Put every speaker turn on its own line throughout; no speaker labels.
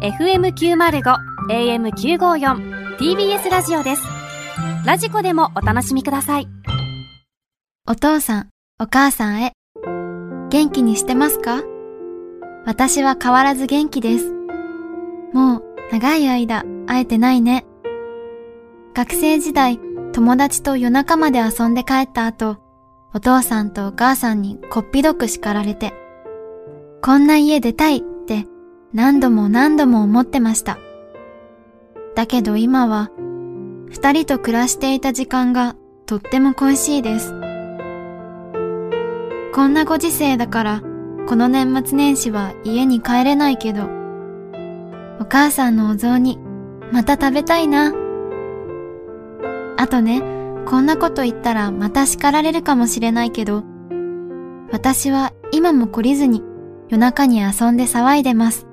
FM905 AM954 TBS ラジオですラジコでもお楽しみください
お父さん、お母さんへ。元気にしてますか私は変わらず元気です。もう、長い間、会えてないね。学生時代、友達と夜中まで遊んで帰った後、お父さんとお母さんにこっぴどく叱られて、こんな家出たいって何度も何度も思ってました。だけど今は、二人と暮らしていた時間がとっても恋しいです。こんなご時世だから、この年末年始は家に帰れないけど、お母さんのお雑煮、また食べたいな。あとね、こんなこと言ったらまた叱られるかもしれないけど、私は今も懲りずに夜中に遊んで騒いでます。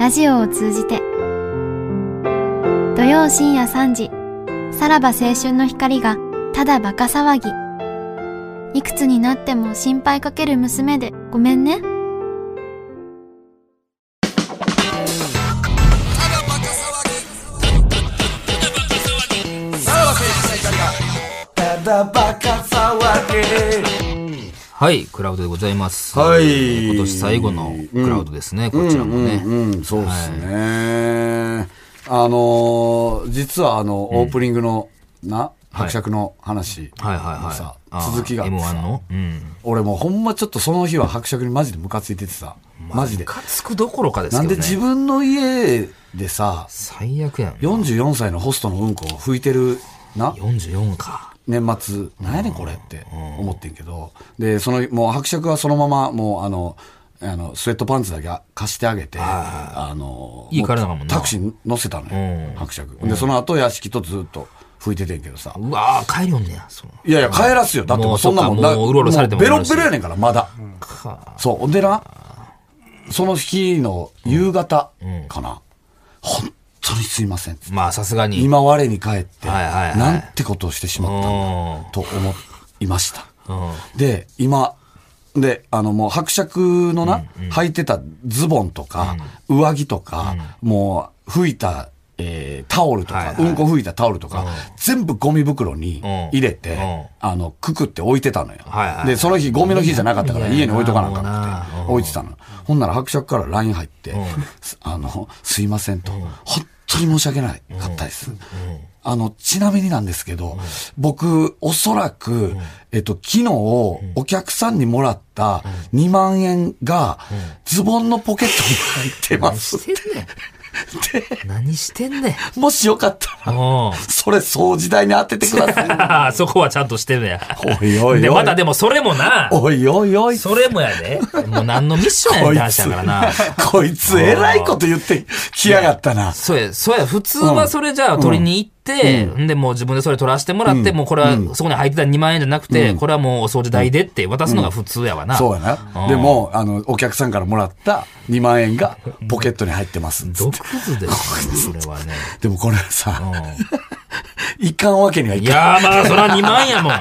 ラジオを通じて。土曜深夜3時、さらば青春の光がただバカ騒ぎ。いくつになっても心配かける娘でごめんね。
はい、クラウドでございます。
はい。
今年最後のクラウドですね、こちらもね。
うんうんうん、そうですね。あのー実はあの、オープニングの、な、伯爵の話。
はいはいはい。
さ
あー
続きがあってさ
M1 のうん。
俺もうほんまちょっとその日は伯爵にマジでムカついててさ。マジで。
かつくどころかです
な
け
ん
どね。
で自分の家でさ、
最悪やん。
44歳のホストのうんこを拭いてるな、
44か。
年末、なんやねんこれって思ってんけど、で、その、もう伯爵はそのまま、もうあの、あの、スウェットパンツだけ貸してあげて、あの、
いい体だもんな
うタクシーに乗せたのよ、
うん
伯爵。で、その後屋敷とずっと拭いててんけどさ。
うわー帰るよねや。その
いやいや、帰らすよ。だってもうそんなもん
もうそっかもううろうろされても
ベロッベロやねんから、まだ。
か。
そう。ほんでな、その日の夕方かな、本当にすいませんっつって。
まあさすがに。
今我に返って、
はいはいはい
なんてことをしてしまったんだと思いました。で、今、で、あの、もう伯爵のな、履いてたズボンとか、上着とか、もう、拭いた、えータオルとか、
はいはい
うんこ拭いたタオルとか、全部ゴミ袋に入れて、
う
あの、くくって置いてたのよ。
はいはいはい
で、その日、ゴミの日じゃなかったから、家に置いとかなあかんくて
もうな
置いてたの。ほんなら伯爵から LINE 入って、すあの、すいませんと、本当に申し訳ないかったです。あの、ちなみになんですけど、僕、おそらく、えっと、昨日、お客さんにもらった2万円が、ズボンのポケットに入ってま
何
す。
してんね ん。何してんねん。
もしよかったら、
うん。
それ掃除代に当ててください。
ああ、そこはちゃん としてんねや。
おいおいおい。
で、またでもそれもな。
おいおいおい。
それもやで。もう何のミッションやねんって話やからな。
こいつ、えらいこと言ってきやがったな。
そうや、そうや、普通はそれじゃあ取りに行って、んで、もう自分でそれ取らせてもらって、もうこれは、そこに入ってた2万円じゃなくて、これはもうお掃除代でって渡すのが普通やわな。
そうやな。でも、あの、お客さんからもらった2万円がポケットに入ってます。
毒図ですね、それはね。
でもこれさ、いかんわけにはい
い
かん。
やーまあ、そら2万やもん。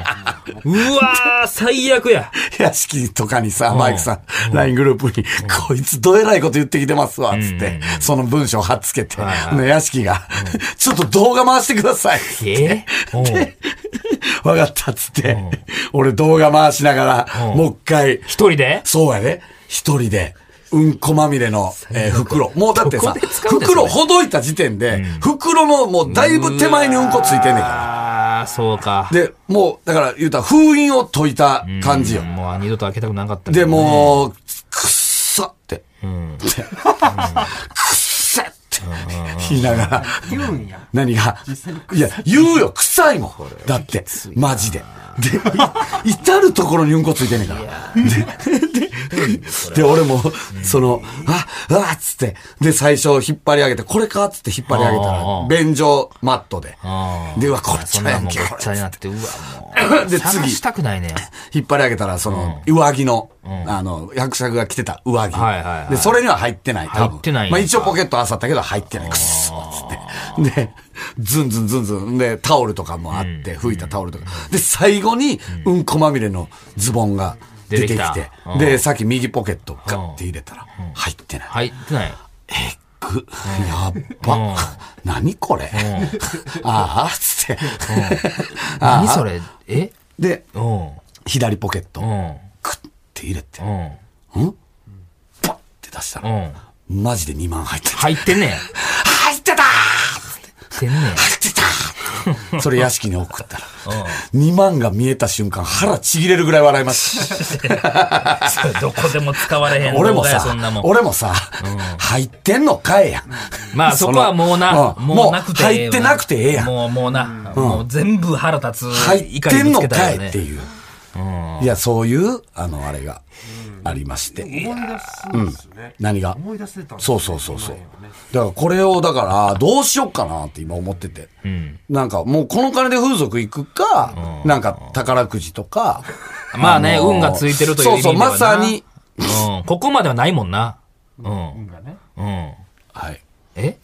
うわー、最悪や。
屋敷とかにさ、
ん
マイクさん、LINE グループに、こいつどえらいこと言ってきてますわ、つって、その文章を貼っつけて、
はいはい
で屋敷が、 ちょっと動画回してください。
えうん
わかった、つって、俺動画回しながら、
うん
もう一回、
一人で
そうやね。一人で。うんこまみれの、えー袋。もうだってさ、
どこで使うんですか
袋ほどいた時点で、袋のもうだいぶ手前にうんこついてんねんか。。
ああー、そうから
で、もう、だから言うたら封印を解いた感じよ
うん。もう二度と開けたくなかったけ
で、
どね。
もう、くっさって。でくっさって。言いながら。何がいや、言うよ、臭いもん。だって、マジで。で、い至るところにうんこついてんねんから。で、で、で、俺も、その、あ、うわっつって、で、最初引っ張り上げて、これかっつって引っ張り上げた
うんうんう
ら、
ん
便所マットで。
うん
で、うわ、こっ
そ
ち
ん
の
な
や
も
ん
ん
け、
ごっ
これ
ちゃになって、うわ、もう。
で次
探したくないねん。
引っ張り上げたら、その、上着の、あの、役者が着てた上着。
はいはいはい
で、それには入ってない、多分。
入ってないんや
まあ一応ポケットあさったけど入ってない。くっそーっつって。で、ズンズンズンズン。で、タオルとかもあって、拭いたタオルとか。で、最後に、うんこまみれのズボンが出てき
出てき
て
たう。ん
で、さっき右ポケットガッて入れたら、入ってない。
入ってない。
えぐく、やっば、何これ、ああ、つって。ああ
何それえ
で、
うん。
左ポケット、
う
ク
ん。
ッて入れて
う、ん。
パッて出した
う
ら、
ん。
マジで2万入ってた。
入ってんねん。入
入ってた
ってんねん。
入ってたそれ屋敷に送ったら、2万が見えた瞬間、腹ちぎれるぐらい笑いました。
それどこでも使われへん
俺
動
も
画や、
さ
そんなも、ん。
俺もさ、入ってんのかえやん。
まあそこはもうな、
うん
もうなくてええ
も
わ
う入ってなくてええやん
もう、もうな、もう全部腹立つ
入っ
怒り
てん
ぶつ
の
けた
か
よ
い
ね
って。いう。いや、そういう、あの、あれがありまして。
思い出すんですよね。
何が
思い出せたんです
そ
ね
うそうそうそう。
今のね
だからこれを、だから、どうしよっかなって今思ってて。なんか、もうこの金で風俗行くか、なんか宝くじとか。
まあね、
のー
運がついてるという意
そう
味で
そ
は
う、まさ
な
に。。
うん。ここまではないもんな。うん。
運がね。
うん。
はい。
え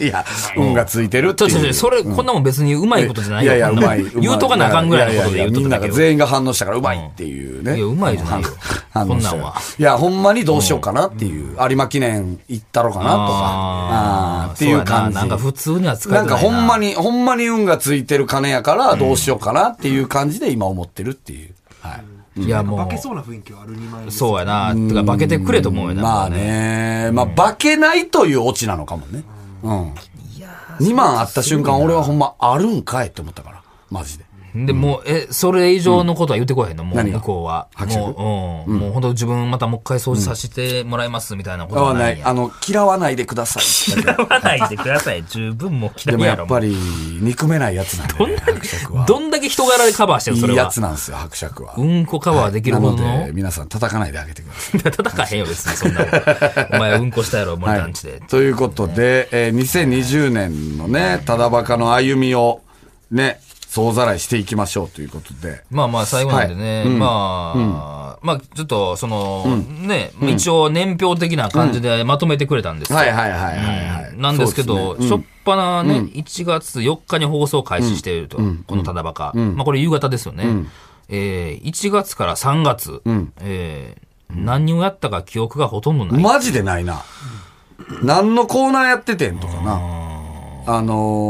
いや、運がついてるって
ちょちょち
いう
ょ、。それ、こんなもん別にうまいことじゃない
い
よ。
やいや、
こ
うん
なも
ま
ん
い。
言うとかなあかんぐらいのことで言うと
みん
っ
な
ただ
が
けど。
全員が反応したからうまいっていうね。
うんいやうまいじゃないよ
反応した
こんなんは
や、ほんまにどうしようかなっていう。有馬記念行ったろかなとか。あ
あ
あ
ー
っていう感じ。
そうやななんか普通には使えて
な
な
ん
いな。
かほんまに、ほんまに運がついてる金やからどうしようかなっていう感じで今思ってるっていう。はい。
いやも、
化けそううな雰囲気はある2万円です。
そうやな。てか、化けてくれと思うよな。
まあね、まあ化けないというオチなのかもね。うん。2万あった瞬間俺はほんまあるんかいって思ったから。マジで。
で、もう、え、それ以上のことは言ってこへんの、もう
何が
向こうは。
白色
もう、うん。もう本当自分またもう一回掃除させてもらいますみたいなことは
は
な
ない
ん
い。
や。
あの、嫌わないでください。
嫌わないでください。十分もう
で
嫌い
もや
やろ。
っぱり、憎めないやつなんで、ね、伯爵は。
どんだけ人柄でカバーしてるそ
い
れ
いや
は
つ。なんですよ、伯爵は。
うんこカバーできる
な
ほ
の
どの
で、。皆さん叩かないであげてください。
叩かへんよ、別にそんなもん。お前うんこしたやろ、森田んちで。
ということで、えー2020年のね、ただバカの歩みを、ね、総ざらいしていきましょうということで。
まあまあ最後なんでね、まあ、まあちょっとその、ね、一応年表的な感じでまとめてくれたんですよ
はいはいはいはい、はい。
なんですけど、しょっぱなね、1月4日に放送開始していると、このただバカ。まあこれ夕方ですよね。えー1月から3月、えー何をやったか記憶がほとんどない。
マジでないな。何のコーナーやっててんとかな。あ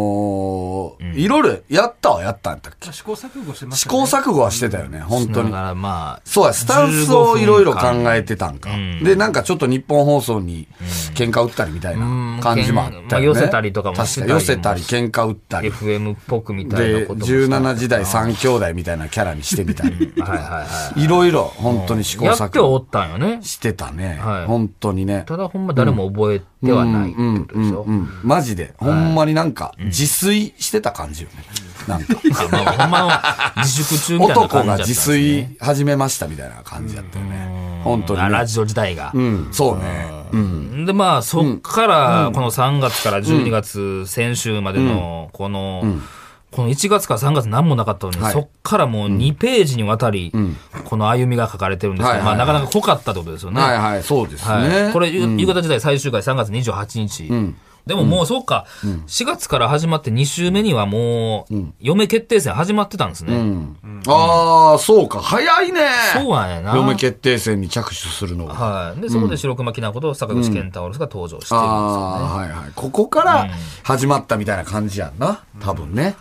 のーいろいろやったはやったんやったっけ
試行錯誤してまし
試
たね
行錯誤はしてたよね、本当
だ
に。
からまあ、
そうや、スタンスをいろいろ考
え
えてたんか。で、なんかちょっと日本放送に喧嘩打ったりみたい
うん
な感じもあったよ
まあ
ね。
寄せたりとかもし
確
てた
か
りも
寄せたり、喧嘩打ったり。
FM っぽくみたいな
で、
こともした
17時代3兄弟みたいなキャラにしてみたり。
はいはいはい。
いろいろ本当に試行
やって
錯
お
誤
ったんよね。
してたね
はい。
本当にね。
ただほんま誰も覚えてはないってことでしょ
う。ん、マジで。ほんまになんか自炊してた感じよね。なん か。
あまあほんまの自粛中みたいな
男
感じだ
が
ったん
自
ですね
炊始めましたみたいな感じだったよね。本当に
あ
ね。
ラジオ自体が
う。ん、そうね。
でまあそっからこの3月から12月先週までのこの、この1月から3月何もなかったのに、
はい
そっからもう2ページにわたり、この歩みが書かれてるんですけど、
はいはいはい
まあなかなか濃かったってことですよね。
はいはい、そうです
は
ね
い。。これ、ゆ夕方時代最終回3月28日。でももうそうか、4月から始まって2週目にはもう、嫁決定戦始まってたんですね。
ああ、そうか。早いね。
そうなんやな。
嫁決定戦に着手するのが。
はい。で、そこで白熊きなこと坂口健太郎が登場してるん
ああ、はいはい。ここから始まったみたいな感じやんな。多分ね。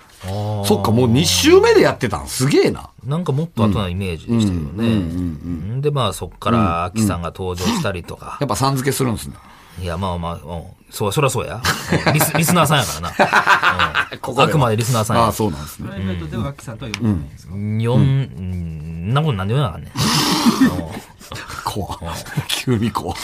そっか、もう2週目でやってたん。すげえな。
なんかもっと後なイメージでしたけどね。うんで、まあそっから、秋さんが登場したりと か。
やっぱさん付けするんですね。
いや、まあまあ、うんそう、そりゃそうや。うんリス リスナーさんやからなうん。
ここでは
あくまでリスナーさん
あ
や
あ、。そうなんですね。
プライベートではアキさんとは呼んでないんですか
四うんんなことなんでもなあかんねん。
怖 急に怖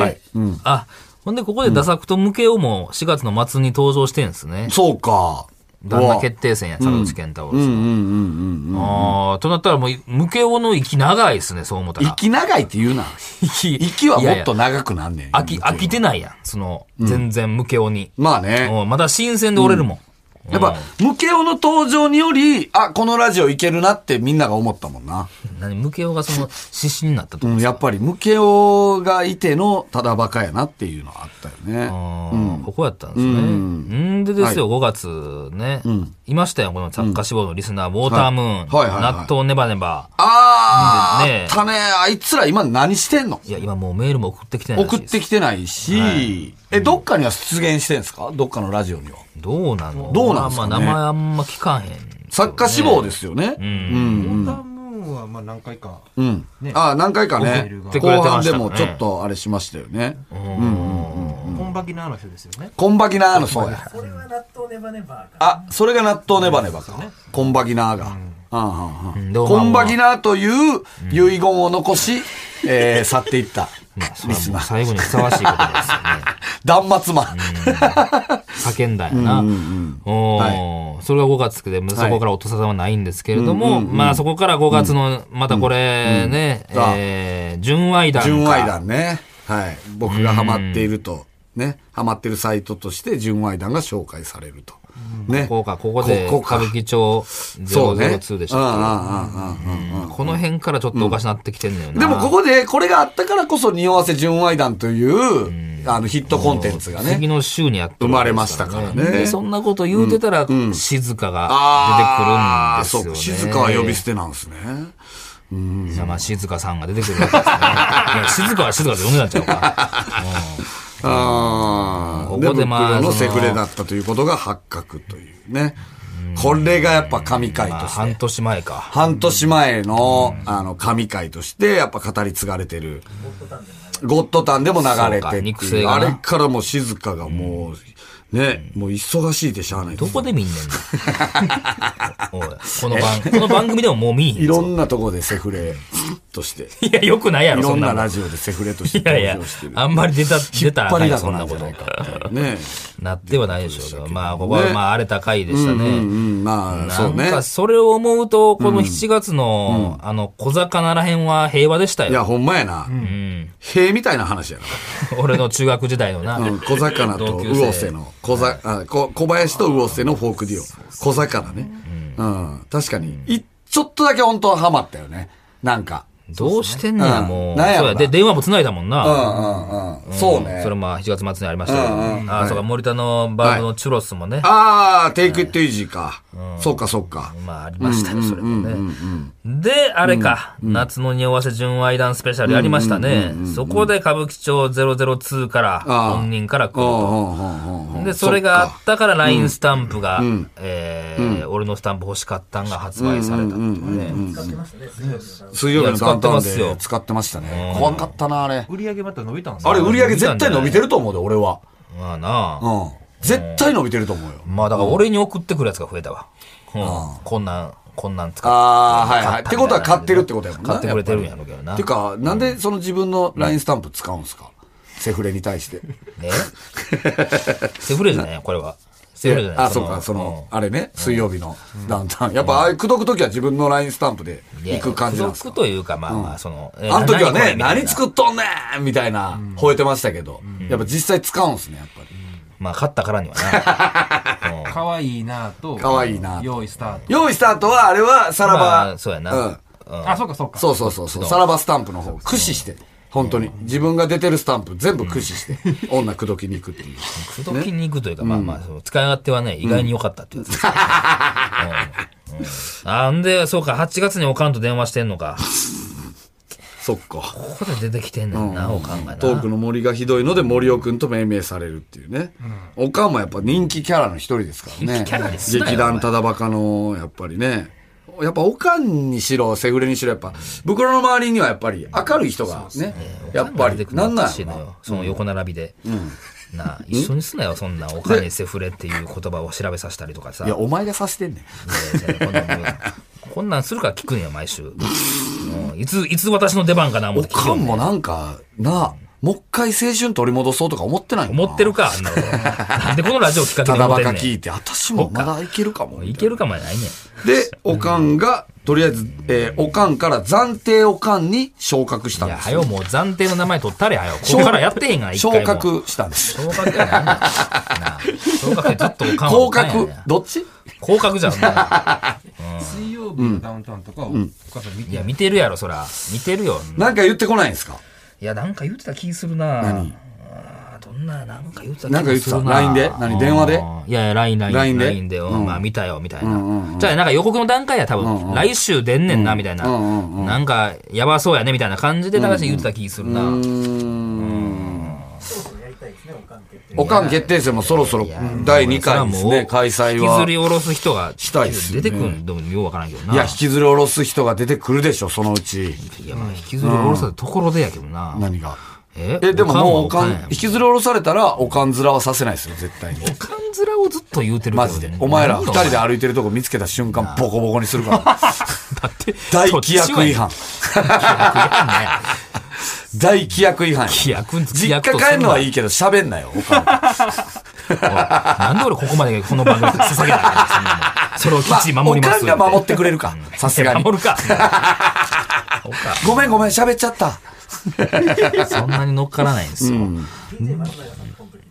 はい
あ、ほんで、ここでダサクとムケオも4月の末に登場してんすね。
そうか。
旦那決定戦や、坂口健太郎さん。ああ、となったらもう、ムケオの息長いですね、そう思ったら。
息長いって言うな。
息
息はもっと
いやいや
長くなんねん。
飽き、飽きてないやん。その、全然ムケオに。
まあね。
もうまだ新鮮で折れるもん。
やっぱ、ムケオの登場により、あ、このラジオいけるなってみんなが思ったもんな。
何、ムケオがその、指針になったと
う
思
ん、やっぱり、ムケオがいてのただバカやなっていうのはあったよね。
うん、ここやったんですね。んでですよ、5月ね、いましたよ、この作家志望のリスナー、ウォータームーン、
はいはいはいはい
納豆ネバネバ。
あー、
ね
あったね。あいつら今何してんの
いや、今もうメールも送ってきてないらし
送
い
っ
です
てきてないし、え、どっかには出現してんですかどっかのラジオには。
どうなの
どうなんすかね
まあまあ名前あんま聞かへん。
作家志望ですよね。
うん。
ウォータームーンはまあ何回か。
うん。
ね
ああ、何回かね
送っ。
て
後
くれてま
半
し
で
たからね
もちょっとあれしましたよね。
本場きなあの人ですよね。
コンバギナーのそうや。それは納豆ネバネバあ、それが納豆ネバネバか。コンバギナーが。はんはんはん
んでもまあ
コンバギナーという遺言を残 し、えー去っていった。
まあ、それはもう最後にふさわしいことですよね。
断末魔。
叫んだんやな。おーそれが5月で、そこから音沙汰はないんですけれども、まあそこから5月の、またこれね、
うんあ
えー、純愛団か。
純愛団ね。はい。僕がハマっていると。ね。ハマってるサイトとして純愛団が紹介されると。ね。
こうか、ここで、
ここか
歌舞伎町
そうね。
002でし
う
たっ
んうんうんうんうんうん
けこの辺からちょっとおかしなってきてんのよな。
でもここで、これがあったからこそ、匂わせ純愛団という、あの、ヒットコンテンツが
次
ね。
の週にやってるわけで
生まれ
す
ましたからね
でそんなこと言うてたら、静香
あ
が
あ、
出て
そ
く
う
るん
か。
ですよね。
静かは呼び捨てなんですね。
いやまあ静香さんが出てくるわけですねいや。静香は静香で呼んでたんちゃ うか。
ああ、
ここで
ブ
まあ
ックロの
そ
セ
の
フレだったということが発覚というね。これがやっぱ神回
まあ
として。
半年前か。
半年前の、あの、神回として、やっぱ語り継がれてる。ゴッドタンでも流れて
そう
っ
か
て
肉
い
声
う。
が
あ
な
れからもう静かがもう、ね、もう忙しいでしゃあない
どこで見んねんな おいこの番、この番組でももう見いひ
い
んぞ
ろんなとこでセフレとして。
いや、よくないや
い
ろ、
ろ
そん
ん
な
な
の。
ラ
い
ジオでセフレとして
やいや
登場して、る。
あんまり出た、出たらあかん
引っ張り
よ
だ
そ
こ
ん
な
なんこ
じゃない
と。
かっていうね。
なってはないでしょうけど、まあ、ここは、まあ、荒れた回でした
うんう
ね。
ん、まあ、
な
そうんね。
か、それを思うと、この7月の、あの、小魚らへんは平和でした
い
よ。
や、ほんまやな。
うん。
塀みたいな話やな。
俺の中学時代のな。
うん、小魚と
同級生
魚瀬の、小ざ、あ、こ、小林と魚瀬のフォークデュオ。小魚ね。うん、確かに。い、ちょっとだけ本当はハマったよね。なんか。
どうしてんねや、
うん
もう。
なんや
そ
ろ
う
な
や。で、電話も繋いだも
う
ん
んう
な。
んうん。そうね
そ。れも7月末にありましたけど。
うんうん
ああ、そうか、森田のバンドのチュロスもね。
ああ、テイクイットイージーか。そっかそっか。
まあ、ありましたよ、それもね。で、あれか、夏の匂わせ純愛団スペシャルやりましたね。そこで歌舞伎町002から、
ああ
本人から来る
うん
と。
うんうんうんうん
で、それがあったから LINE スタンプが、えー俺のスタンプ欲しかったんが発売されたっていうね。
水曜日のダウンタウン
いや使ってます
で
よ
使ってましたね。怖かったな、あれ。
売り上げまた伸びたんです
あれ、売り上げ
見たん
絶
じゃ
対
ない
伸びてると思うで、俺は。
まあな
う
あ。
ん。絶対伸びてると思うよ。
まあ、だから俺に送ってくるやつが増えたわ。うんこんなん、こんなん使って。
ああ、はいはい。っ
買
て
たみ
こと
た
は買
な
ってるってことやもんな。
買ってくれてるん
やっ
やろうけど
ぱ
な。
り。てか、なんでその自分の LINE スタンプ使うんすかセフレに対して。
ねセフレじゃないよこれは。セフレじゃない
あ、そうか、その、あれね、水曜日のダウンタウン。やっぱ、ああいう口説くときは自分の LINE スタンプで
うんいや
行く感じなんです
付
か
属というか、まあまあ、その、え
あの時は
何こ
ね、
れみたいな
何作っとんねんみたいな、吠えてましたけど、やっぱ実際使うんすね、やっぱり。
まあ、勝ったから にはな。
可愛いなあと。
可愛いなあと
用意スタート。
用意した後は、あれは、さら
まあ
ば、
そうや
う。
なん
あ、そうかそうか。
そうそうそうそう。さらばスタンプの方、駆使して。本当に。自分が出てるスタンプ全部駆使して、女口説きに行くって いう。
口説きに行くというか、まあまあ、その使い勝手はね、意外に良かったってやつですね。うんうんあんで、そうか、8月におかんと電話してんのか。
そっか。
ここで出てきてんねんな、おかんがな。
トークの森がひどいので森尾くんと命名されるっていうね。おかんもやっぱ人気キャラの一人ですからね。
人気キャラですな
劇
お
団
前
ただバカの、やっぱりね。やっぱおかんにしろ、セフレにしろ、やっぱ、袋の周りにはやっぱり明るい人がね。やっぱ
出て
り
く、る
なんなん
しい
や
の
ろな
よ。その横並びで。なあ、一緒にすなよ、そんな。おかんにセフレっていう言葉を調べさせたりとかさ。
いや、お前がさしてんねん。
いやいやこんなんもうこんなんするから聞くんや、毎週。うんいつ、いつ私の出番かな、思っ
お
て聞く
か
よ
んもなんか、なあ、もう一回青春取り戻そうとか思ってないの
思ってるか、あんなことなんでこのラジオきっかけ
た
で
だ
思っ
バ
て
カ
んね
聞い
ん。
て、私もまだいけるかも。
いけるかもやないねん。
で、おかんが、とりあえず、えーおかんから暫定おかんに昇格した
い
ん
や、
です
は
よ
よ、。もう暫定の名前取ったれ、はよ。ここからやってへんがな、一
昇
回も。
格したんです。
昇格やないねんなあ昇格ずっとおかんは
降
おかんやねん
格、どっち
降格じゃん。もう
水曜日のダウンタウンとかを、お母さん見
い
て
や、見てるやろ、そら。見てるよ。
なんか言ってこないんですか
いや、なんか言ってた気するなあーどんな、なんか言ってた気するな
なんか言ってた ?LINE で何電話で
いやいや、LINE、LINE、
LINE で
LINE で、まあ見たよ、みたいな。じゃあ、なんか予告の段階や、多分、来週出んねんな、みたいな。なんか、やばそうやね、みたいな感じで、高橋言ってた気するな。
うーんおかん決定戦もそろそろ第2回ですね、開催
引きずり
は。
下ろす人が
したいっすよ
出
ね
てくるのもようわからんけどな。
いや、引きずり下ろす人が出てくるでしょ、そのうち。
いやまあ引きずり下ろすところでやけどな。
何が。
え
え、でももうお
おか
か
ん
ん
はおかんや、
引きずり下ろされたら、おかん面はさせないですよ、絶対に。
おかん面をずっと言うてるけど
マジで。お前ら二人で
だ
歩いてるとこ見つけた瞬間、ボコボコにする から。
って、
大規約違反。
規
大規約違反。
約ね。規
実家
約と
帰るのはい
い。
いけど、喋んなよ、お かん。
なんで俺ここまでこの番組捧げたのそんなもんそれをきっちり守 ります。
まあおかんが守ってくれるかさすがに
守るか。おか
ごめんごめん、喋っちゃった。
んそんなに乗っからないんですよ。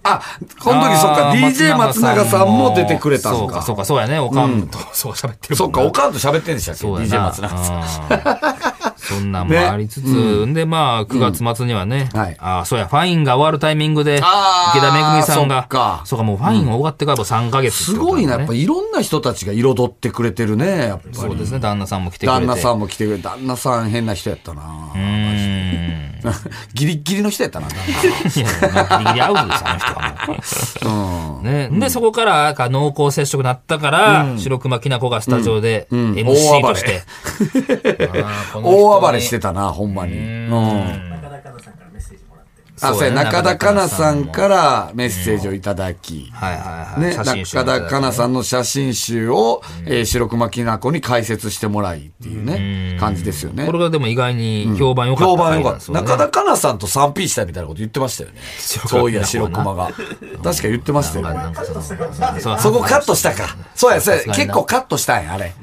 あ、この時そっか、
あー
DJ 松永さんも出てくれた
そ
ん
うか、
か。
そうか、そうやね。おかんと、 そう喋ってる
そ
も
っ
んな
か、おかんと喋ってんでしたっけ
そうや
?DJ
な
松永さん。
うんそんなんもありつつ、で、まあ、9月末にはね、
はい
ああ、そうや、ファインが終わるタイミングで、池
あー
田めぐみさんが、
そっか
そうか、もうファインが終わってから3ヶ月
すごいな、やっぱ
り。
いろんな人たちが彩ってくれてるね、やっぱ
そう
り。
ですね、旦那さんも来てくれて。
旦那さ
ん。
んも来てくれ旦那さん変な人やったな
う。ーん。
ギリッギリの人やったな。
いや、もうギリギリアウトです、あの人 はもう。ね、で、そこから、か濃厚接触になったから、白熊きなこがスタジオで、
ん
MC と して。あーこの人
大暴れしてたな、ほんまに。うん。あ、そうや、中田香奈さん
ら。
からメッセージをいただき。
はいはいはい。
ね、
写
中
真集もいただい
田
て
香奈さんの写真集を、えー白熊きなこに解説してもらいっていうね、感じですよね
こ。れがでも意外に評判良かった
評判良
回な
か
ん
っ
です
た。
よね、
中田香奈さんと 3P したいみたいなこと言ってましたよね。そういや、白熊が。確か言ってましたよね。
なんかそのそう
そこカットしたか。そうや、そうや。
さすがに
結
な
構カットしたんや、あれ。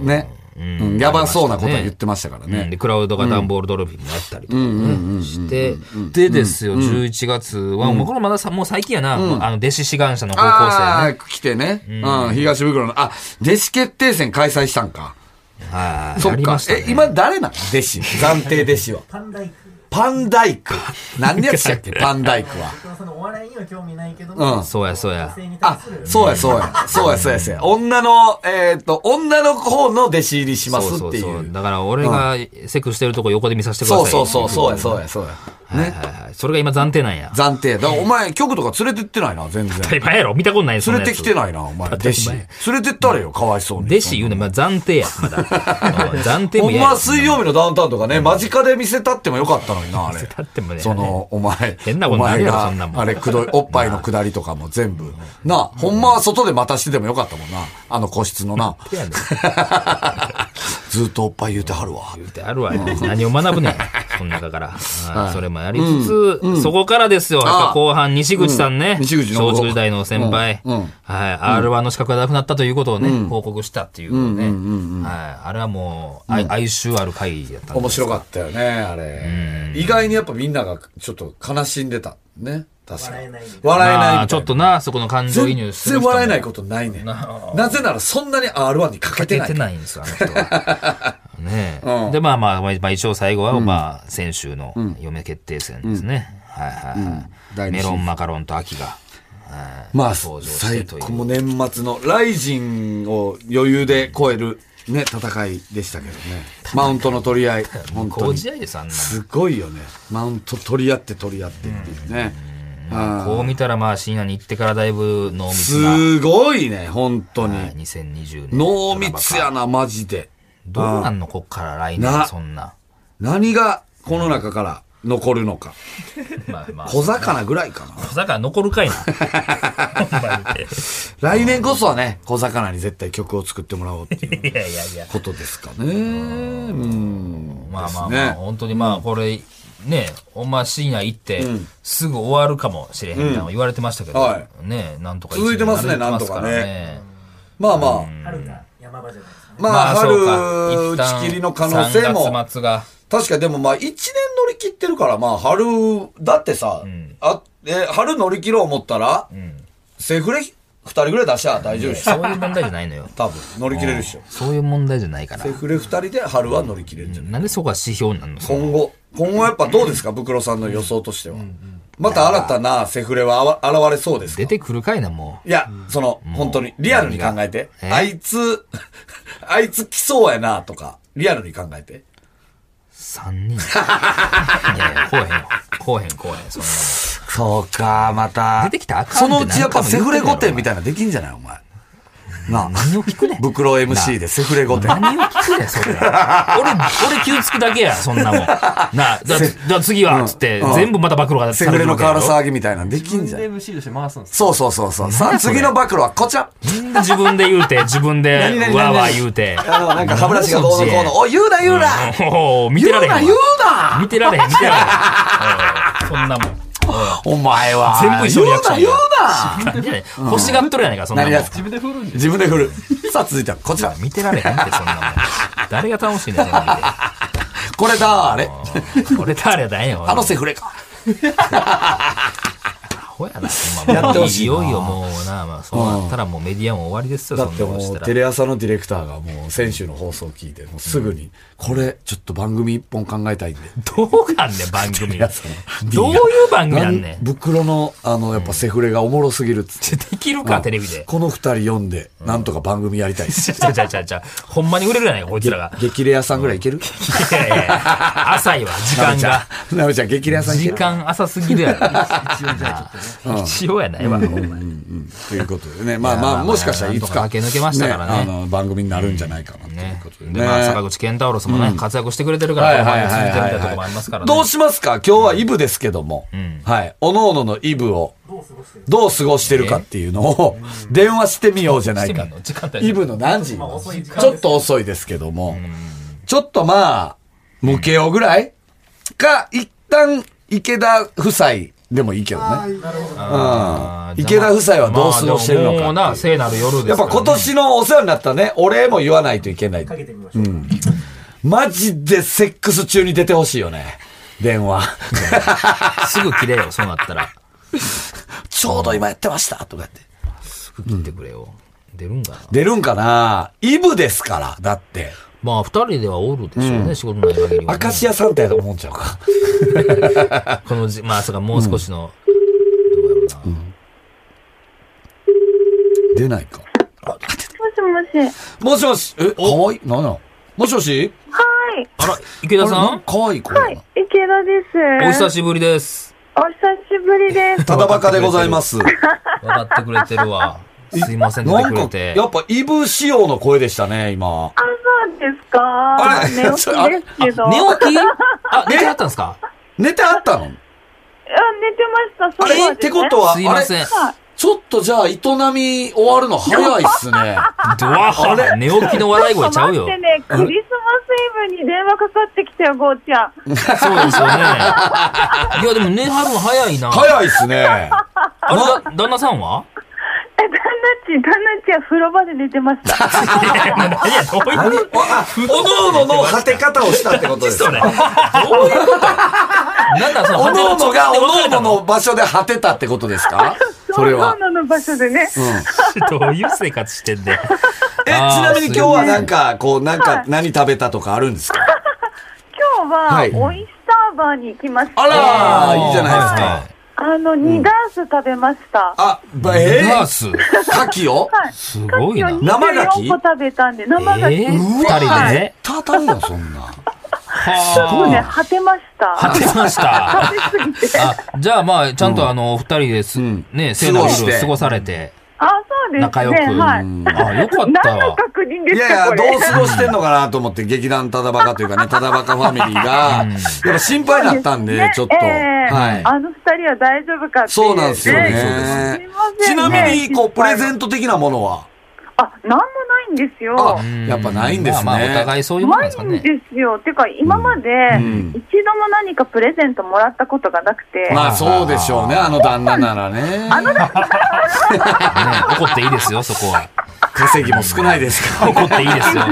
ね。うんやばそうなことは言ってましたから
うん
ね。
でクラウドが段ボールドロフィーもやったりとかねしてでですよ11月はもうこれまださもう最近やなあの弟子志願者の高校生
あ
ね
あ、来てね。うん、東袋の、あ、弟子決定戦開催したんか。
はい
そ
や
っ
りま
か
し。たね
え、今誰なの弟子。暫定弟子は。パンダイク。パンダイク。何のやつだっ け、パンダイクは。
そのお笑いには興味ないけど
うん
も、。
そうやそうや
性に対
あ
する、
そうや、そうや。そうや、そうや、そうや。女の、えっと、女の方の弟子入りします
そう
っ
そ
て
う
い
そう
う。
だから俺がセクしてるとこ横で見させてくださ
そ
いう
そうそう、そうや、
う
そうや、そうや。ね。
それが今暫定なん や
暫定。だからお前、局とか連れてってないな、全然。
当たり前やろ見たことないそん
連
な
れ
や
て
つ
きてないな、お前。
た
弟
り
子。
前
連れてったれよ、かわいそうに。
弟子言うのまあ暫定や まだうん暫定
ほ
も
ん
嫌
ま
や
は水曜日のダウンタウンとかね、間近で見せたってもよかったのにな、あれ。
だってもね
そ の、お前、
変なことないやろ
お前が
そんなもん
あれ、くどい、おっぱいのくだりとかも全部。なあ、ほんまは外で待たしてでもよかったもんな。あの個室のな。
いやね
ずっとおっぱい言うてはるわ。
ってあるわよ。何を学ぶねん。その中から。 はいそれもやりつつ、そこからですよ。やっぱ後半、西口さんね。
うん西口信夫
松竹時代の先輩。
うんう
はい。
ん
R1 の資格がなくなったということをね、報告したっていうことね。はい。あれはもう、あい哀愁ある会やったんで
面白かったよね、あれ。意外にやっぱみんながちょっと悲しんでた。ね。確かに。笑えない。笑えないみ
ま
た
あ
い。
ちょっとな、そこの感情移入
全
する人
然
も
笑えないことないね。なぜならそんなに R1 にかけ
か
て
け
ない
て。ないんですよ、あの人は。ねえ、
うん
で、まあまあ、まあまあ、一応最後は、まあ、先週の嫁決定戦ですね。はいはいはい、
第二
メ
シーズン
ロンマカロンと秋が。はい
まあ、
登場して
最
という
高も年末の、ライジンを余裕で超える、ね、戦いでしたけどね。マウントの取り 合い。本当
工
に。
事合いです、あんなの。
すごいよね。マウント取り合って取り合ってっていうね。あ
こう見たらまあ深夜に行ってからだいぶ濃
ー
密な。
すごいね、本当に。
2020年。
濃密やな、マジで。
どうなんのこっから来
な
年そんな。
何がこの中から残るのか。
まあまあ。
小魚ぐらいかな。
小坂残るかいな。ほんま
来年こそはね、小魚に絶対曲を作ってもらおうっていう
にいやいやいや。
ことですかね。うん。
まあまあ
です
ま
ね
あ、本当にまあこれ、ね、お前深夜行って、すぐ終わるかもしれへんみたいなの言われてましたけど、
は
ね、なんとか
続いてますね
一年慣れてから
なんとかね。まあまあ、
春が山場じゃないですかね。
まあ、春打ち切りの可能性
3
も
月、末が。
確かにでもまあ、1年乗り切ってるから、まあ、春、だってさ、あえ春乗り切ろう思ったら、セフレ2人ぐらい出したら大丈夫でし
そ
ょ。
ういう問題じゃないのよ。
多分、乗り切れるでしょ。
そういう問題じゃないから
セ。フレ2人で春は乗り切れるんじゃない
なんでそこが指標になるのその
今後、今後やっぱどうですか、ブクロさんの予想としては。また新たなセフレはあわ現れそうですか
出てくるかいな、もう。
いや、その、本当に、リアルに考えて。
何がえ
あいつ、 あいつ来そうやな、とか、リアルに考えて。
三人。いやいや、こうへんよ。こうへん、こうへん、そんな
そうか、また
出てきたらあかん
そのうちやっぱセフレ御殿み
た
たいなのできんじゃないお前。な
何を聞くねん。
あ、袋 MC でセフレ御殿。
何を聞くねん、それ。俺、俺、気をつくだけや、そんなもん。なあ、じゃあ、じゃあ次は、つって
うん、
全部また暴露が
セフレの
か
瓦
ら
騒ぎみたいなのできんじ
自
ゃない
分で MC として回すんです
そうそうそうそう。さ
何
あ、
やそれ
次の暴露はこちら。
みんな自分で言うて、自分で、
何々
わーわー言うて。
あの、なんか歯ブラシがどうのこうの。おい、言うな言うな
おお見
言
て
う
られへ
なん言う
わ。
な
見てられへん、見てられへん。おいそんなもん。
お前は。
全部一緒の
言うな
リアクション
言うな
やなんでやねん欲しがっとるやないか、そんなも
何
ん
が。自分で振る自分で振る。さあ、続いてはこちら。
見てられへんって、そんなもん。誰が楽しいねん、そんなん見て。
これだ、あれ。
俺誰だよ。
あのセフレか。
ほやな。ほんま
やってほしいな
よいよもうな、まあ、そうなったらもうメディアも終わりですよ、
だ
そ
っ
ん
て
なこと
も
した
う
ら。
テレ朝のディレクターがもう先週の放送を聞いてもうすぐにこれちょっと番組一本考えたいんで
どうなんねん、 番組。
やつ
どういう番組なんねん。
袋のあのやっぱセフレがおもろすぎるっつって
できるか、テレビで。
この二人読んでなんとか番組やりたいっす
ちゃちゃちゃちゃ。ほんまに売れるやないか、こいつらが。
激レアさんぐらいいける
いやいやいや浅いわ、時
な
間
べちゃ
が。
んなべちゃん激レアさんいけ
時
る
間浅すぎるや ろ。一応やないわ、ほんまに。
ということでねまあ
いやま
ま
あま
あ
あ
もしかしたらいつか
なんとか駆け抜けましたからね
あの番組になるんじゃないかなという
ね
ことで
で、まあ、坂
ね
口健太郎さんもね、活躍してくれてるから、ここまで続いてるみたいなとこもありますからね。
どうしますか今日はイブですけども、はい。おのおののイブを、どう過ごしてるかっていうのを、電話してみようじゃないか
してみんの時間。帯
イブの何時ちょっと遅いですけども、ちょっとまあ、向けようぐらいか、一旦、池田夫妻でもいいけどね。
あー
池田夫妻はどう過ごしてるのか
まあでももうな、聖なる夜で
やっ
す
ぱ
からね
今年のお世話になったね、お礼も言わないといけない。
かけてみましょう。
マジでセックス中に出てほしいよね。電話。
すぐ切れよ、そうなったら。
ちょうど今やってましたとか言って。
すぐ切ってくれよ。出るんかな。
出るんかなイブですから、だって。
まあ、二人ではおるでしょうね、仕事ない限りは、
明
ね。
石家さんってやと思うんちゃうか。
このじ、まあ、それかもう少しの、どうやろうな。
出ないか。
もしもし。
もしもし、え、かわいい。なんや。もしもし
はい。
あら、池田さ
あれなん
ん
かわいい子やな
池田です。
お久しぶりです。
お久しぶりです。
ただバカでございます。
わかってくれて るわ。すいません、出
な
てくれ
んか、
て
や。っぱイブ仕様の声でしたね、今。
あ、そうですか
あ。れ
寝起きですけど。
寝
あ
起き あ、寝てはったんですか
寝てあったの
寝てました。
あ
そうです、
れ
ね。
ってことは、
すいま
あ
せ
れ
ん。
ちょっとじゃあ、営み終わるの早いっすね。
ドワハラ寝起きの笑い声ちゃうよ
待っ。てね、クリスマスイブに電話かかってきたよ、ゴーちゃん。
そうです よね。いや、でも寝はるの早いな。
早いっす ね。
あれだ、旦那さんは
え、旦那っち、旦那っちは風呂場で寝てました。
いや、何や、どういうこと
あ、おのおの の果て方をしたってことです。
それ。どういうことなんだ、そ の、
おのおのがおの
お
おのの場所で果てたってことです かそれは
そう。なの場所でね。
どういう生活してんだよ。
え、ち
あー
なみに今日はなんか、こう、なんか、何食べたとかあるんですか
今日
はい
は、オイスターバーに行きました。
あら
あー
いいじゃないですか
は
あの、ニダース食べました。
あ、ばえ
ナー
ー、
ス、
牡蠣を
すごいな。え
今日
生牡蠣
24個食べたんで、生牡
ー、
蠣。
二
わ
人でね。
たたるやん、そんな。
もうね、
は
果てました。
あ。果てました。
食べすぎて。
あ、じゃあまあ、ちゃんとあの、お二人です、
ん
ね、聖なる
過ごし
夜
て
を過ごされて、
あ、そうですね。
仲良く。
はい。
あ、よかった
何の
わ。
確認で
い
す
やい
か、
や、
こ
ど
れ。
う過ごしてんのかなと思って、劇団ただバカというか ね、ただバカファミリーが、やっぱ心配だったんで
ね、
ちょっと。
ええ
は
あの二人は大丈夫かってい
い。そうなんですよね
すいま。せ
ち
んね
なみに、こう、プレゼ
ン
ント的なものは
あ、なんもないんですよ。
あ、やっぱないんですね。
まあ、まあお互いそういうもん
な
ですか
いん
ね。
ですよ。てか、今まで、
ん
一度も何かプレゼントもらったことがなくて、
まあそうでしょうね、あの旦那ならね。
ね怒っていいですよ、そこは。
稼ぎも少ないですから。
怒っていい ですよ。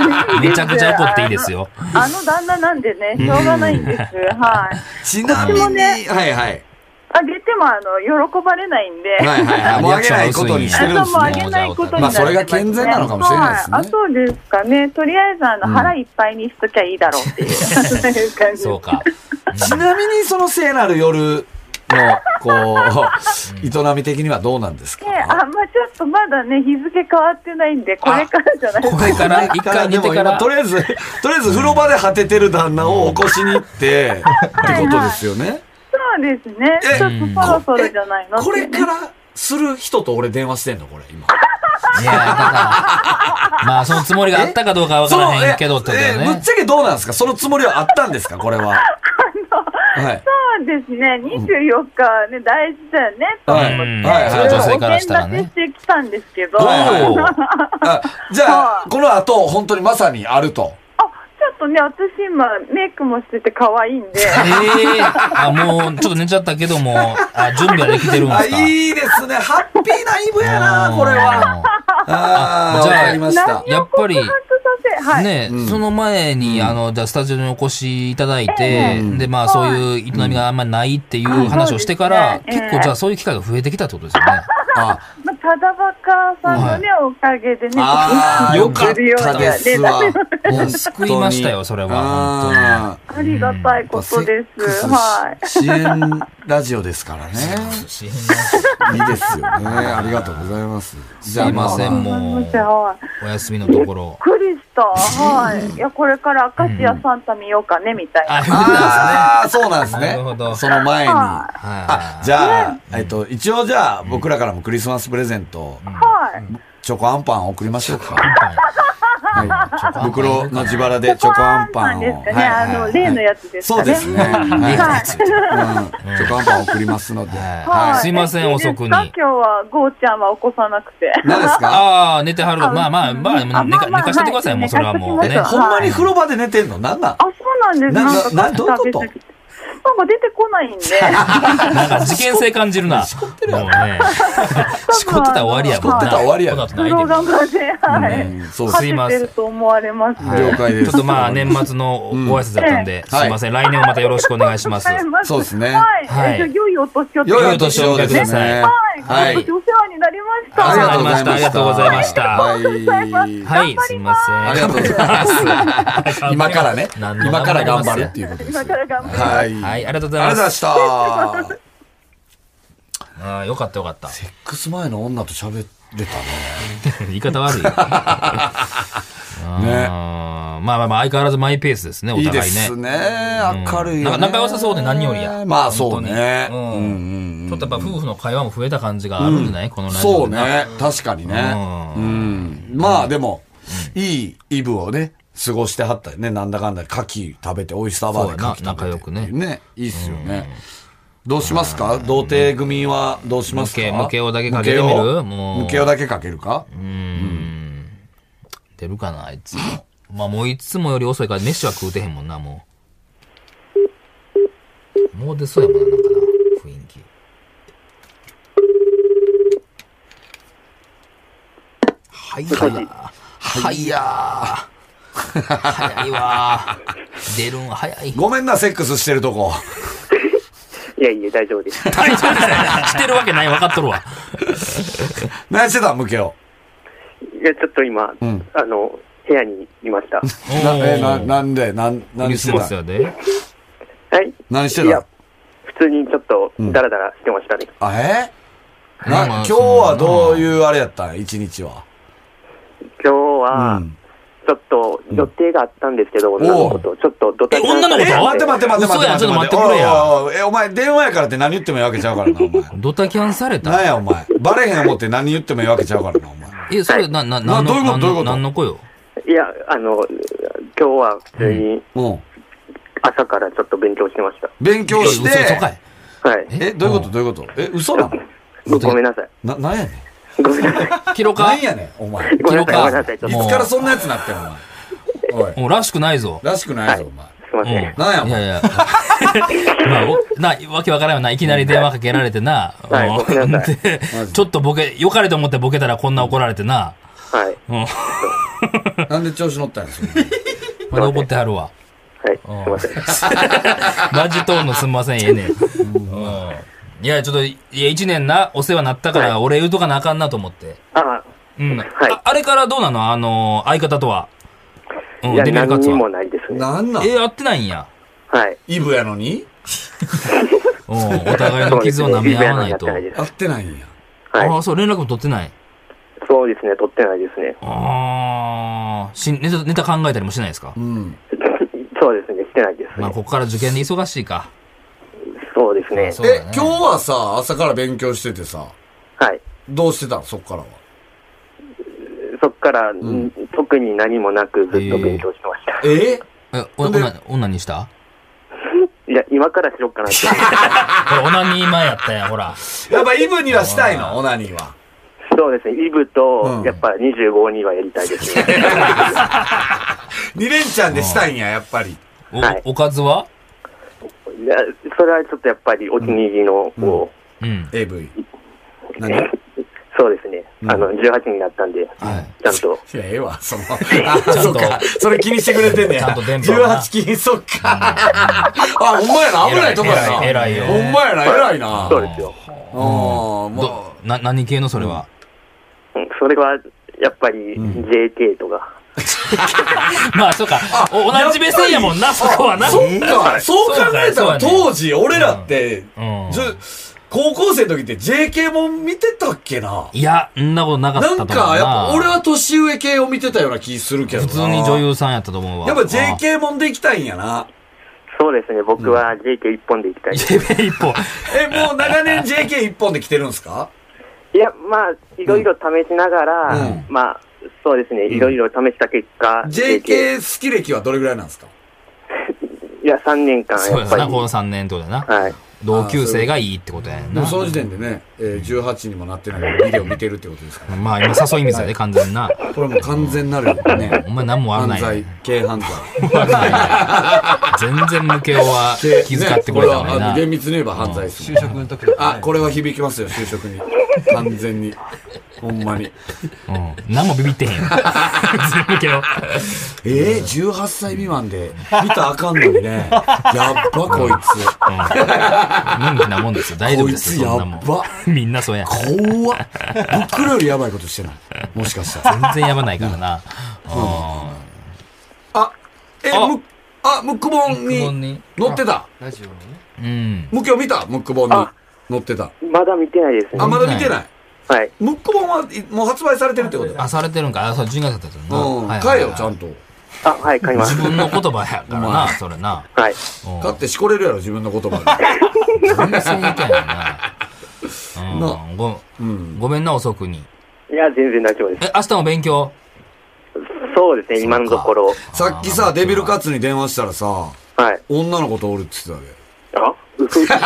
めちゃくちゃ怒っていいですよ。
あの旦那なんでね、しょうがないんです。はい。
ちなみに、はいはい。はい
あげても、あの、喜ばれないんで、
はいはい。 もうあげないことにしてるんで
あ
す
ともあ
ね。
げないことに
ま
な
あ
っ
それ
て
が
ますね
健全なのかもしれないですね
はいあ、そうですかね。とりあえず、あの、腹いっぱいにしときゃいいだろうっていう、そういう感じ。
そうか。
ちなみにその聖なる夜の、こう、営み的にはどうなんです
であ、ま
か
あちょっとまだね、日付変わってないんで、これからじゃないです
これから、一回
で
寝て
も
か
今、
ら
と。りあえず、とりあえず風呂場で果ててる旦那を起こしに行って、ってことですよね。
そうですね。
え
ちょっとそろそろじゃないの
これ
って
か
ね
らする人と俺電話してんのこれ、今。
いや、だから、まあ、そのつもりがあったかどうかわからへんけどっ
え
てことだ
え
よ
ぶっ
ね。
ちゃけどうなんですかそのつもりはあったんですかこれは。はい。
そうですね、24日はね、大事だよね、と思っ
は
て
い。
う
はい
ん
はい。
それは女性からしたら
お
ね
膳立てしてきたんですけど、
はいはい
あ、ちょ
おお。
あじゃあ、この後、本当にまさにあると。
っとね、私今、メイクもしてて可愛いんで、
ええあ、もう、ちょっと寝ちゃったけども、あ、準備はできてるんです
あ、
か。
いいですね。ハッピーなイブやな、これは。ああ、
じゃあ
わかりまし
何を
た。
やっぱり
告白させ、はい、
ね、
うん
その前に、あの、じゃあスタジオにお越しいただいて、
うん
で、まあ、そういう営みがあんまりないっていう話をしてから、
うんそうですね
結構、じゃあそういう機会が増えてきたってことですよね。
あ、
まあ、ただばかさんのね、おかげでね、
あー
ちょと一緒に
よかった
いるように
で
はね
すわ
なって
本当に
救いましたよそれは本当に
あ
ありがたい
ー
ことで
やっ
す。
ぱ
は
セックス支援ラジオですからね。
すいま
いいですよね。ありがとうございます。じゃあ、ま
せ
あ
ん、
ま
もう
い。、はい。
お休みのところ。
びっくりした。はい。いや、これから明石家サンタ見ようかね、みたいな。
あ、
あ。あー、そうなんですね。
なるほど
その前に。
は
あ
は、
じゃあ、えっと、一応じゃあ、僕らからもクリスマスプレゼント、
はい。
チョコアンパンを送りましょうか。
い
袋の自腹でチョコアンパンを。
ですかね。あの、例のやつです
そ
か
う
ね。
ですね。はいうんチョコアンパンを送りますので。
はい
は
すいません遅くに
いいですか今日は、ゴーちゃんは起こさなくて。
い。何ですか
ああ、寝てはる。まあまあ、まあ、
まあ
寝か
まあ
寝かしててください、
はい
もうそれはもう
寝
ね
か。
ほんまに風呂場で寝てんのなんなん
あ、そうなんで
な
す。なん
な
か、
などういうこと
なんか出てこないんで。
なんか事件性感じるな。しこってるもうね。しこってたら終わりやも
しこ
んな。
ってたら終わりや
こ
な
の後ないで
プ
も
ロガマで、はい。
うんそう
は
です
いま
か
せ
け
ん
てると思われます。
はい了解です
ちょっとまあ年末のご挨拶だったんで、
うん
すいません、来年もまたよろしくお願いします。
はい
そうですね
はい。
はい
じゃあ良いお年を。
良いお年をですね。
はい。今年お世話になりました。
ありがとうございました
は
あ
い。
はい、すいません。
ありがとうございます。今からね。
何の
今から頑張るっていうことです。
今から頑張ります
はい。
は
あり
い、あ
がとう
りがとうご
ござ
ざい
い
ま。
ますした。セ
ああ、よかったよかった。
ックス前の女と喋れたね。
言い方悪い。ね。まあまあまあ、相変わらずマイペースですね、お
いい
互いね。
ですね。明るいよね。
なんか仲良さそうで何よりや
まあそうね。
う
うん
ん
うんうん
ちょっとやっぱ夫婦の会話も増えた感じがあるんじゃない、このラジオ
そう
でな。
ね。確かにね。
う
うん。まあでも、いいイブをね、過ごしてはったよね。なんだかんだ、牡蠣食べて、オイスターバーで牡蠣食べて。
そうやな仲良くね
ね。いいっすよね。どうしますか童貞組はどうしますか
ムケムケをだけかけてみ
ム
る
ケを
もう
ムケをだけかけるか
出るかな、あいつ。 まあもういつもより遅いから、飯は食うてへんもんな、もう。もう出そうやもんな、なんかな、雰囲気。はいやー。はいやー。早いわー。出るん早 い。
ごめんな、セックスしてるとこ。
いやいや、大丈夫です。
大丈夫だよ。してるわけない、分かっとるわ。
何してたムケを。
いや、ちょっと今、あの、部屋にいました。
な、
お
え、な、
ー
なんで、なん、
ク
何
リ
し
ス
て
マス
た
やで。
はい。
何して
い
た
や、普通にちょっと、ダラダラしてましたね。
あ、え
ま
な
あまあ
今日はどういうあれやったん一日は。
今日は、
うん
ちょっと予定があったんですけど、女の子と、ちょっとドタキャン
え女の子
え、
と
待って待って待って待って。
嘘やんちょっと待ってくれや
おいおいおいえ、お前、電話やからって何言ってもいいわけちゃうからな、お 前。
ドタキャンされ
なん
た
や、お前。バレへん思って何言ってもいいわけちゃうからな、お 前。
え、それ、な、な、
な
なん
どういう
の、
こと
なん
どういうこ
の、
と
なんの子よ。
いや、あの、今日は普通に
うん。
朝からちょっと勉強してまし
勉強し
え嘘嘘か
て、
い。
た。はい。
え、どういうことどういうことえ、嘘なの
ごめんなさい。
な、なんやねん。
ごめんなさい。
キロか
何やねん、お前。い
ごめんなさい、ごめんなさい。ちょっ
つからそんなやつなってんの、お前。おい。
もうらしくないぞ。
らしくないぞ、お前。
とすいま
うん。
せ
な
ん。
んやお
いや
前
いや。 まあ、おな、わけわからんよな。いきなり電話かけられてな。
はい
うん
ごめんなさい
でちょっとボケ、良かれと思ってボケたらこんな怒られてな。
はい。
うん。
なんで調子乗ったんや、そんな
まだ怒ってはるわ。
はい。すいません。
ラジトーンのすんません、ええねん。うんいや、ちょっと、いや、一年な、お世話になったか
は
ら、お礼言うとかなあかんなと思って。
あ
うん。
はい
ああれからどうなのあの、相方とは。う
あ、
ん、
いや、
デビル
何
カツ
にも
は。
ないですね。
なんなん
えー、会ってないんや。
はい。
イブやのに
うん、お互いの傷を舐め合わないと。
そうですね
合ってないんや。
はい
ああ、そう、連絡も取ってない。
そうですね、撮ってないですね。
ああ、しネタ、ネタ考えたりもしないですか、
うん。
そうですね、してないです
まあ、
ね。
ここから受験で忙しいか。
そうですね。
そう
え
だね、
今日はさ、朝から勉強しててさ、
はい。
どうしてたのそっからは。
そっから、ん特に何もなくずっと勉強してました。
え
え、お、
ほんで
女、女にした
いや、今からしろっかなって。
ほら、オナニー前やったやん、ほら。
やっぱイブにはしたいのオナニーは。
そうですね、イブ
う
と
ん、
やっぱ25にはやりたいですね。
二連チャンでしたいんや、やっぱり。
お、
はい
おかずはい
や、それはちょっとやっぱりお気に入りの、こう、
うん。
AV。何いや、
そうですね、
ん
あの、18になったんで、ちゃんと。
ええ わ、その。あ、そっか。それ気にしてくれてんねや。
ちゃんと電波な
18禁、そっか。あ、ほんまやな、危ないとこやな。
偉い偉いよ
ほんまやな、偉いな。
そうですよ。
あー
ど
も
な、何系のそれは、
うんそれは、やっぱり JK とか。
まあ、そうか。お同じ目線やもんな、そこは
う
な。
そっか、そう考えた
そうや
ら
ね
当時、俺らって、
うん
じゅ高校生の時って JK も見てたっけない
や、んなことなかった
な
と
ん
思うな。
か、やっぱ俺は年上系を見てたような気するけど
普
な
通に女。優さんやったと思うわ。
やっぱ JK もんで行きたいんやな。
そうですね、僕は JK 一本で行きたいです。
JK 一本。
え、もう長年 JK 一本で来てるんですか
いや、まあ、いろいろ試しなが
う
ら、
ん
まあ、そうですね、いろいろ試した結果、
?JK 好き歴はどれぐらいなんですか
いや、3年間、
そう
や
や
っぱり
な、。この3年ってことやな。
はい。
同級生がいいってことやん
で
な
も。その時点でね、えー18にもなってないからビデオ見てるってことですから。
まあ、今誘い水やで、完全にな。
これもう完全なるね。
お前何も悪な
犯
い。
罪、軽犯罪。
全然向けは 気遣ってくれた
ね
のに
これはあ
な。
の厳密に言えば犯罪ですもん
就職の時とかね
あ、これは響きますよ、就職に。完全に。ほんまに。
うん。何もビビってへんよ。全然向けを。
えー、18歳未満で見たらあかんのに ね。やっば、こいつ。
うん。人気なもんですよ。大丈夫ですよ、そんなもん
こいつやっ。
みんなそうや。
怖っ。僕らよりやばいことしてない。もしかしたら。
全然やばないからな。うん。
あ、え、
あ
む、あ、ムックボン
ムックボン
に
に
乗ってた。
ラジオにね。
うん。
ムックを見たムックボンに
あ
乗ってた。
まだ見てないですね
あ、。まだ見てない。
はい。
ムックボンはいもう発売されてるってこと
あ、されてるんか。あ、そう、10月だったん
うん。買えよ、ちゃんと。
あ、はい、買います
自。分の言葉やから
お前
な、それな。
はい。
うん
買ってしこれるやろ、自分の言葉 で。
全然いけんな。うんご
うん。
ごめんな、遅くに。
いや、全然大丈夫です。
え、明日も勉強
そうですね、今のところ。
さっきさ、デビルカツに電話したらさ、
はい。
女の子とおるって言ってたで。
あ嘘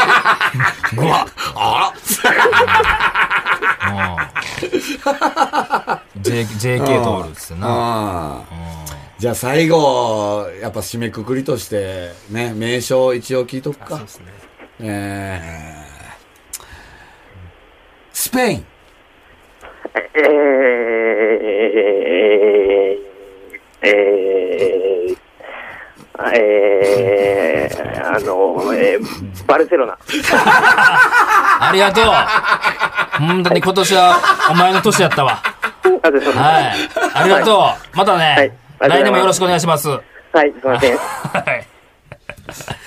あ
うん J- JK 通るっつってな。
ああじゃあ最後、やっぱ締めくくりとして、ね、名称一応聞いとくか。そうですね。えー、スペイン。
えー、えー、えー、えー、あの、えー、バルセロナ。
ありがとう。本当に今年はお前の年やったわ。
あとすいません
はい。ありがとう。またね。
はい
来年もよろしくお願いします。は
はい、すいません。
い。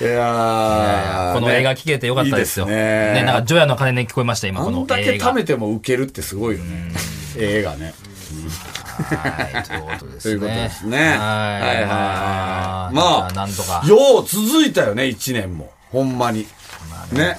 いやー
この映画聞けてよかったですよ。
いいですね
ね、なんか、ジョヤの鐘に聞こえました、今、
あ
この
んだけ
映
貯
画。
めてもウケるってすごいよね。映画ね。
はい、ということ
と
で
いう
す
ことで
ね。
すね。
はい。
はいはいはい。
ま
ま
あ、
あ、
なんとか。
よう続いたよね、一年も。ほんまに。ね。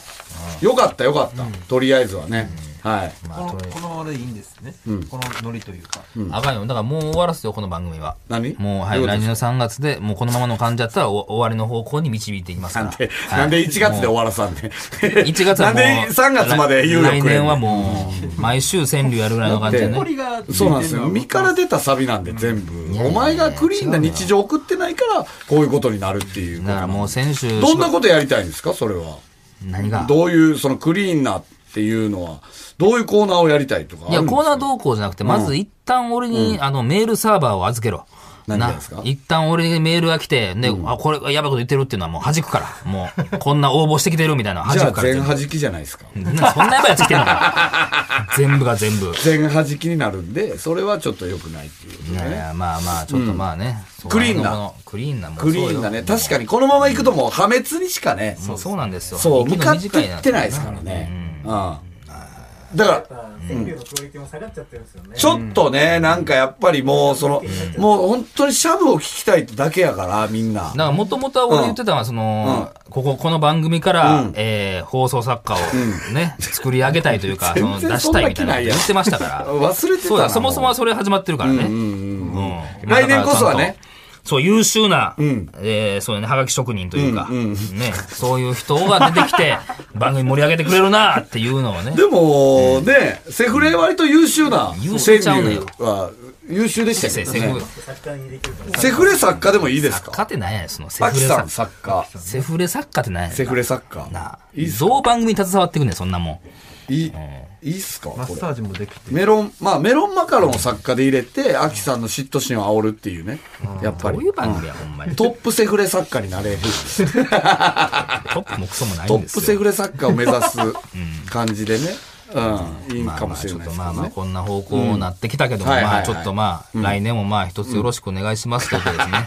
よかったよかった。とりあえずはね。はい。
ま
こ
あ、
の
とりあえ
こ
ず
のままでいいんですね、このノリというか、
あかんよ。だからもう終わらすよ、この番組は。
何
もう、は
どうい
い、
うこと
来
で
年
す
の3月で、もうこのままの感じだったらお終わりの方向に導いていきますか
なんで、
ら。
なんで1月で終
わ
わらさんねん。
1月は
なん
もう。
で3月まで言うよ
来年はもう、毎週川柳やるぐらいの感じでね。
りが
そうなんですよ。身から出たサビなんで全部。お前がクリーンな日常送ってないから、こういうことになるっていうこと
だか
な
ら
んで
もう先週。
どんなことやりたいんですかそれは。
何が
どういう、そのクリーンなっていうのは、どういうコーナーをやりたいとかあ
い
る
や、
んです
コ
か
ーナー動向じゃなくて、まず一旦俺に、あの、メールサーバーを預けろ。
何
な
がですか
一旦俺にメールが来て、ね、あ、これ、やばいこと言ってるっていうのはもう弾くから。もう、こんな応募してきてるみたいな。弾
じゃ
く
あ
から。
全
全部
弾きじゃないですか。
なそんなやばいやつ来てるのか。全部が全部。
全弾きになるんで、それはちょっと良くないっていうこと
いやい
ね。
や、まあまあ、ちょっとまあね。そう
クリーンな
ものクリーンなもん
クリーンだね。確か
に。
にこのまま行くともう破滅にしかね、
もうそうなんですよ。
そう、向
息の
かって
短
いってないですからね。うん。だか
やっぱ選挙のクオリティも下がっちゃってるんですよね
ら、ちょっとね、なんかやっぱりもう、その、もう本当にシャブを聞きたいだけやから、みんな。
だから、もともとは俺言ってたのは、その、ここ、この番組から、えー放送作家をね、作り上げたいというか、そ の
全
出
然そ
し
ん
たい
な
み
気
たいな
な
こ
い
と
や
言
ん
ってました から。
忘れてたな
そうだ、そもそもはそれ始まってるからね。うん
来年こそはね。
そう、優秀な、えーそうだね、はがき職人というか、ね、そういう人が出てき て、番組盛り上げてくれるなっていうのをね
で。も、ね、セフレ割と優秀な、
優秀ちゃうのよ
は、優秀でした
せ
けど
せ
ね。
作家にできると思う
セフレ作家でもいいです
作家
か
って何やねん、そのセ
ア
フ
キ
レ
さん
作
作家。
家。セフレ作家って何やねん。
セフレ作家。
なあ
いいっす
どう番組に携わっていくねん、そんなもん。
いい、いいっすかこ
マッ
れ
サ。ージもできて
メロン、まあメロンマカロンを作家で入れて、アキさんの嫉妬心を煽るっていうね。やっぱ
ど
り
うい。う番組や、ほんまに。
トップセフレ作家になれる。
トップもクソもない
ト
んで
ッ
すよ。
プセフレ作家を目指す感じでね。うん。いい
まあ
か
ま
も
あ
し
ち
れ
ょっ
ないで
と
すけ
まあ
ど
まあ
ね。
こんな方向になってきたけども、
うんはいはいは
まあ
い
ちょっとまあ、来年もまあ一つよろしくお願いしますとい うことですね。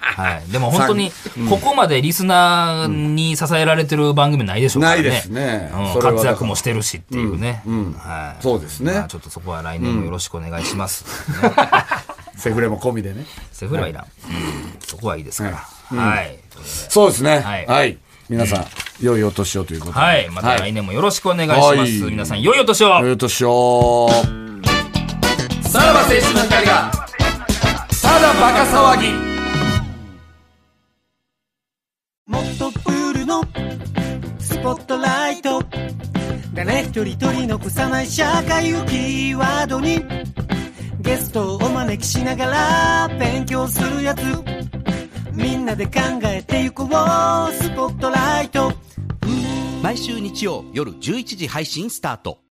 はい。でも本当に、ここまでリスナーに支えられてる番組ないでしょうからね。
ないですね
うん
それはだから
活躍もしてるしっていうね。はい。
そうですね
まあちょっとそこは来年もよろしくお願いします。
セフレも込みでね。
セフレはいらん。うんそこはいいですから。はい。
そうですね。
はい
はい。皆さん、良いお年をということで。
はい。また来年もよろしくお願いしま
は
す。
い
皆さん、良いお年を
良いお年を。さらば青春の光が、ただバカ騒ぎ。
もっとプールのスポットライト誰一人取り残さない社会をキーワードにゲストをお招きしながら勉強するやつみんなで考えてゆこうスポットライト
毎週日曜夜11時配信スタート